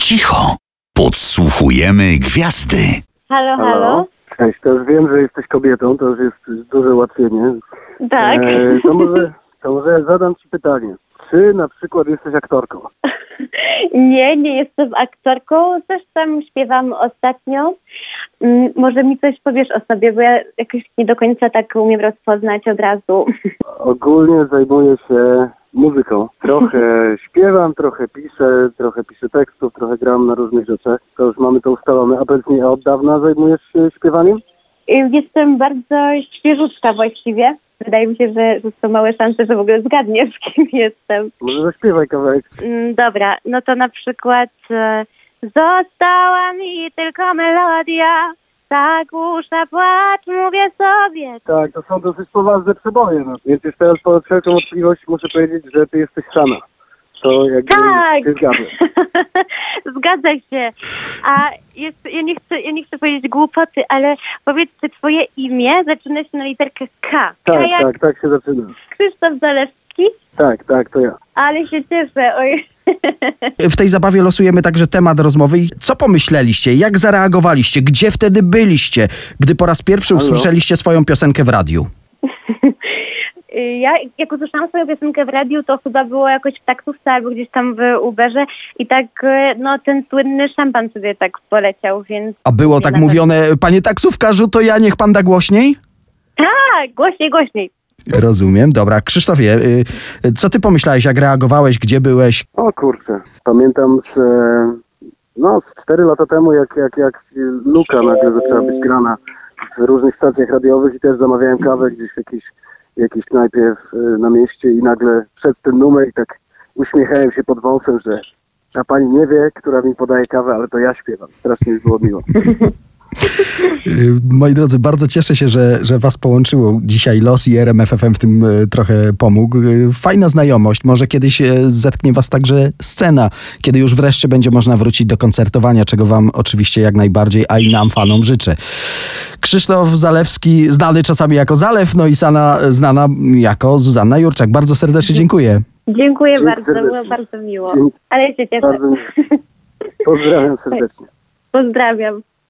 cicho. Podsłuchujemy gwiazdy. Halo, halo? Cześć, to już wiem, że jesteś kobietą, to już jest duże ułatwienie. Tak. E, to, może, to może zadam ci pytanie. Czy na przykład jesteś aktorką? Nie, nie jestem aktorką. Też tam śpiewam ostatnio. Mm, Może mi coś powiesz o sobie, bo ja jakoś nie do końca tak umiem rozpoznać od razu. Ogólnie zajmuję się muzyką. Trochę śpiewam, trochę piszę, trochę piszę tekstów, trochę gram na różnych rzeczach. To już mamy to ustalone. A powiedz mi, a od dawna zajmujesz się śpiewaniem? Y, Jestem bardzo świeżutka właściwie. Wydaje mi się, że, że są małe szanse, że w ogóle zgadniesz, kim jestem. Może zaśpiewaj kawałek. Mm, Dobra, no to na przykład e, Została mi tylko melodia, zagłusza płacz, mówię sobie Tak, to są dosyć poważne przeboje. No. Więc już teraz po wszelką wątpliwość muszę powiedzieć, że ty jesteś sama. To jakby Tak. się zgadzam. Zgadza się. A jest, ja, nie chcę, ja nie chcę powiedzieć głupoty, ale powiedz, czy twoje imię zaczyna się na literkę K. Tak, K jak tak, tak się zaczyna. Krzysztof Zalewski, Tak, tak, to ja. ale się cieszę. Oj. W tej zabawie losujemy także temat rozmowy. I Co pomyśleliście? Jak zareagowaliście? Gdzie wtedy byliście, gdy po raz pierwszy Halo? usłyszeliście swoją piosenkę w radiu? Ja jak usłyszałam swoją piosenkę w radiu, to chyba było jakoś w taksówce albo gdzieś tam w Uberze i tak e, no ten słynny szampan sobie tak poleciał, więc... A było tak Nawet- mówione, panie taksówkarzu, to ja niech pan da głośniej? Tak, głośniej, głośniej. Rozumiem, dobra. Krzysztofie, y, y, co ty pomyślałeś, jak reagowałeś, gdzie byłeś? O kurczę. Pamiętam z, e, no, z 4 lata temu, jak, jak, jak Luka nagle zaczęła być grana w różnych stacjach radiowych i też zamawiałem kawę gdzieś w jakiejś, jakiejś knajpie w, e, na mieście i nagle przed ten numer i tak uśmiechałem się pod wąsem, że ta pani nie wie, która mi podaje kawę, ale to ja śpiewam. Strasznie mi było miło. Y, Moi drodzy, bardzo cieszę się, że, że Was połączyło dzisiaj los i RMFFM w tym y, trochę pomógł. Y, Fajna znajomość. Może kiedyś y, zetknie Was także scena, kiedy już wreszcie będzie można wrócić do koncertowania, czego Wam oczywiście jak najbardziej, a i nam fanom życzę. Krzysztof Zalewski, znany czasami jako Zalew, no i Sana, znana jako Zuzanna Jurczak. Bardzo serdecznie dziękuję. Dziękuję Dzięki bardzo, było serdecznie. bardzo miło. Dzięki. Ale się cieszę. Bardzo mi... Pozdrawiam serdecznie. Pozdrawiam.